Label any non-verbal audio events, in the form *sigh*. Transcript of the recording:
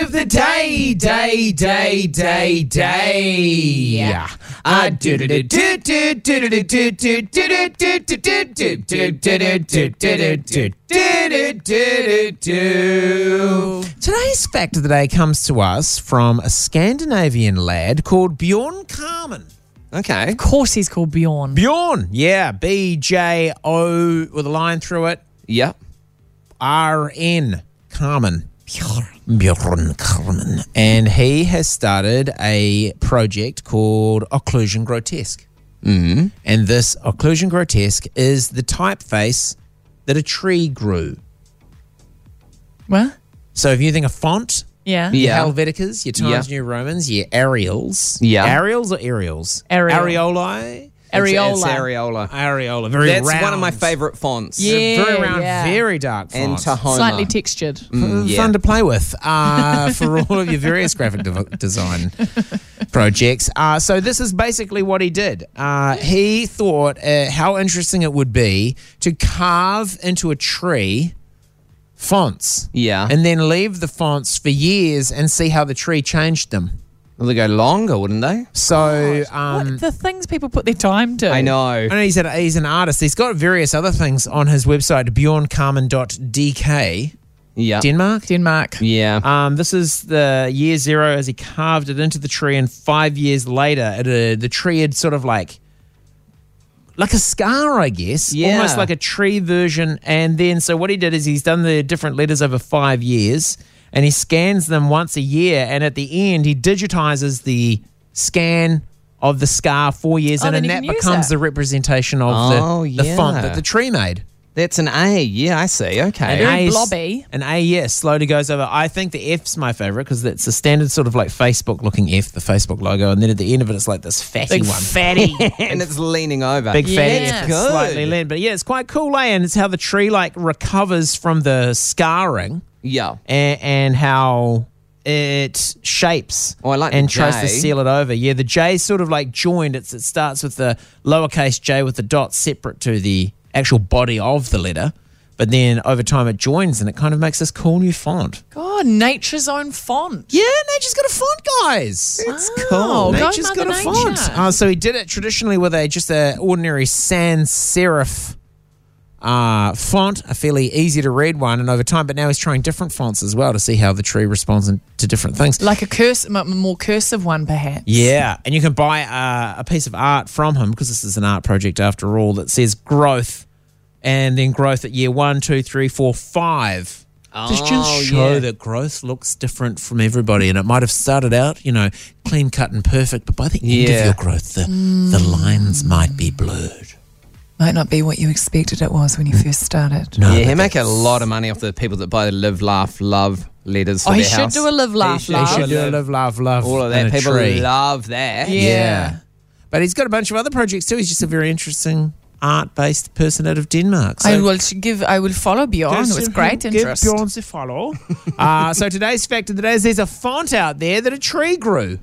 of the day, day, day, day, day. Ah, do do do do do do do do do do do do do do do do do do do do do do do do do. Today's fact of the day comes to us from a Scandinavian lad called Bjorn Carmen. Okay. Of course, he's called Bjorn. Bjorn, yeah, B J O with a line through it, Yep. R N Carmen. Bjorn. Bjorn Carmen. And he has started a project called Occlusion Grotesque. Mm-hmm. Mm. And this Occlusion Grotesque is the typeface that a tree grew. What? So if you think a font, Yeah. Yeah. your Helveticas, your Times New Romans, your Arials. Yeah. Arials or Arials? Arial. Arioli? Areola. It's, it's areola. Areola. Very That's round. one of my favourite fonts. Yeah. very round, yeah. very dark And font. Tahoma. Mm, Slightly textured. Fun yeah. Mm, fun to play with uh, for *laughs* all of your various graphic de- design projects. Uh, so this is basically what he did. Uh, he thought uh, how interesting it would be to carve into a tree fonts, Yeah. and then leave the fonts for years and see how the tree changed them. Well, they go longer, wouldn't they? So um, what the things people put their time to. I know. I know he's, an he's an artist. He's got various other things on his website, bjorncarmen.dk, Yeah. Denmark. Denmark. yeah. Um, this is the year zero as he carved it into the tree, and five years later, it, uh, the tree had sort of like, like a scar, I guess, Yeah. almost like a tree version. And then, so what he did is he's done the different letters over five years, and he scans them once a year, and at the end, he digitizes the scan of the scar four years Oh, in, then and you that can use becomes that. the representation of Oh, the, the font yeah. that the tree made. That's an A. Yeah, I see. Okay. Very A is- blobby. An A, yes, slowly goes over. I think the F's my favourite because it's a standard sort of like Facebook looking F, the Facebook logo, and then at the end of it, it's like this fatty Big one. *laughs* fatty. and it's leaning over. Big fatty, Yeah. F, Good. slightly lean, but yeah, it's quite cool, eh? And it's how the tree like recovers from the scarring Yeah. and, and how it shapes Oh, I like the and tries to J. seal it over. Yeah, the J is sort of like joined. It's, it starts with the lowercase j with the dot separate to the actual body of the letter, but then over time it joins and it kind of makes this cool new font. God, nature's own font. Yeah, nature's got a font, guys. Oh, It's Wow, go Nature's got Mother a Nature. font. Uh, so he did it traditionally with a just a ordinary sans serif uh, font, a fairly easy to read one, and over time. But now he's trying different fonts as well to see how the tree responds in- to different things. Like a curse, m- m- more cursive one, perhaps. Yeah, and you can buy uh, a piece of art from him because this is an art project after all that says growth, and then growth at year one, two, three, four, five. Just, Oh, just show yeah. that growth looks different from everybody, and it might have started out, you know, clean cut and perfect, but by the end of Yeah. your growth, the, the lines might be blurred. Might not be what you expected it was when you first started. No, Yeah, but he make a lot of money off the people that buy the live, laugh, love letters for Oh, he their should house. do a live, laugh, should they love. should do a love, love, love. All of and that. a People tree. love that. Yeah. But he's got a bunch of other projects too. He's just a very interesting art based person out of Denmark. So I will sh- give. I will follow Bjorn Just with great give *laughs* interest. Bjorn a follow. uh, so today's fact of the day is there's a font out there that a tree grew.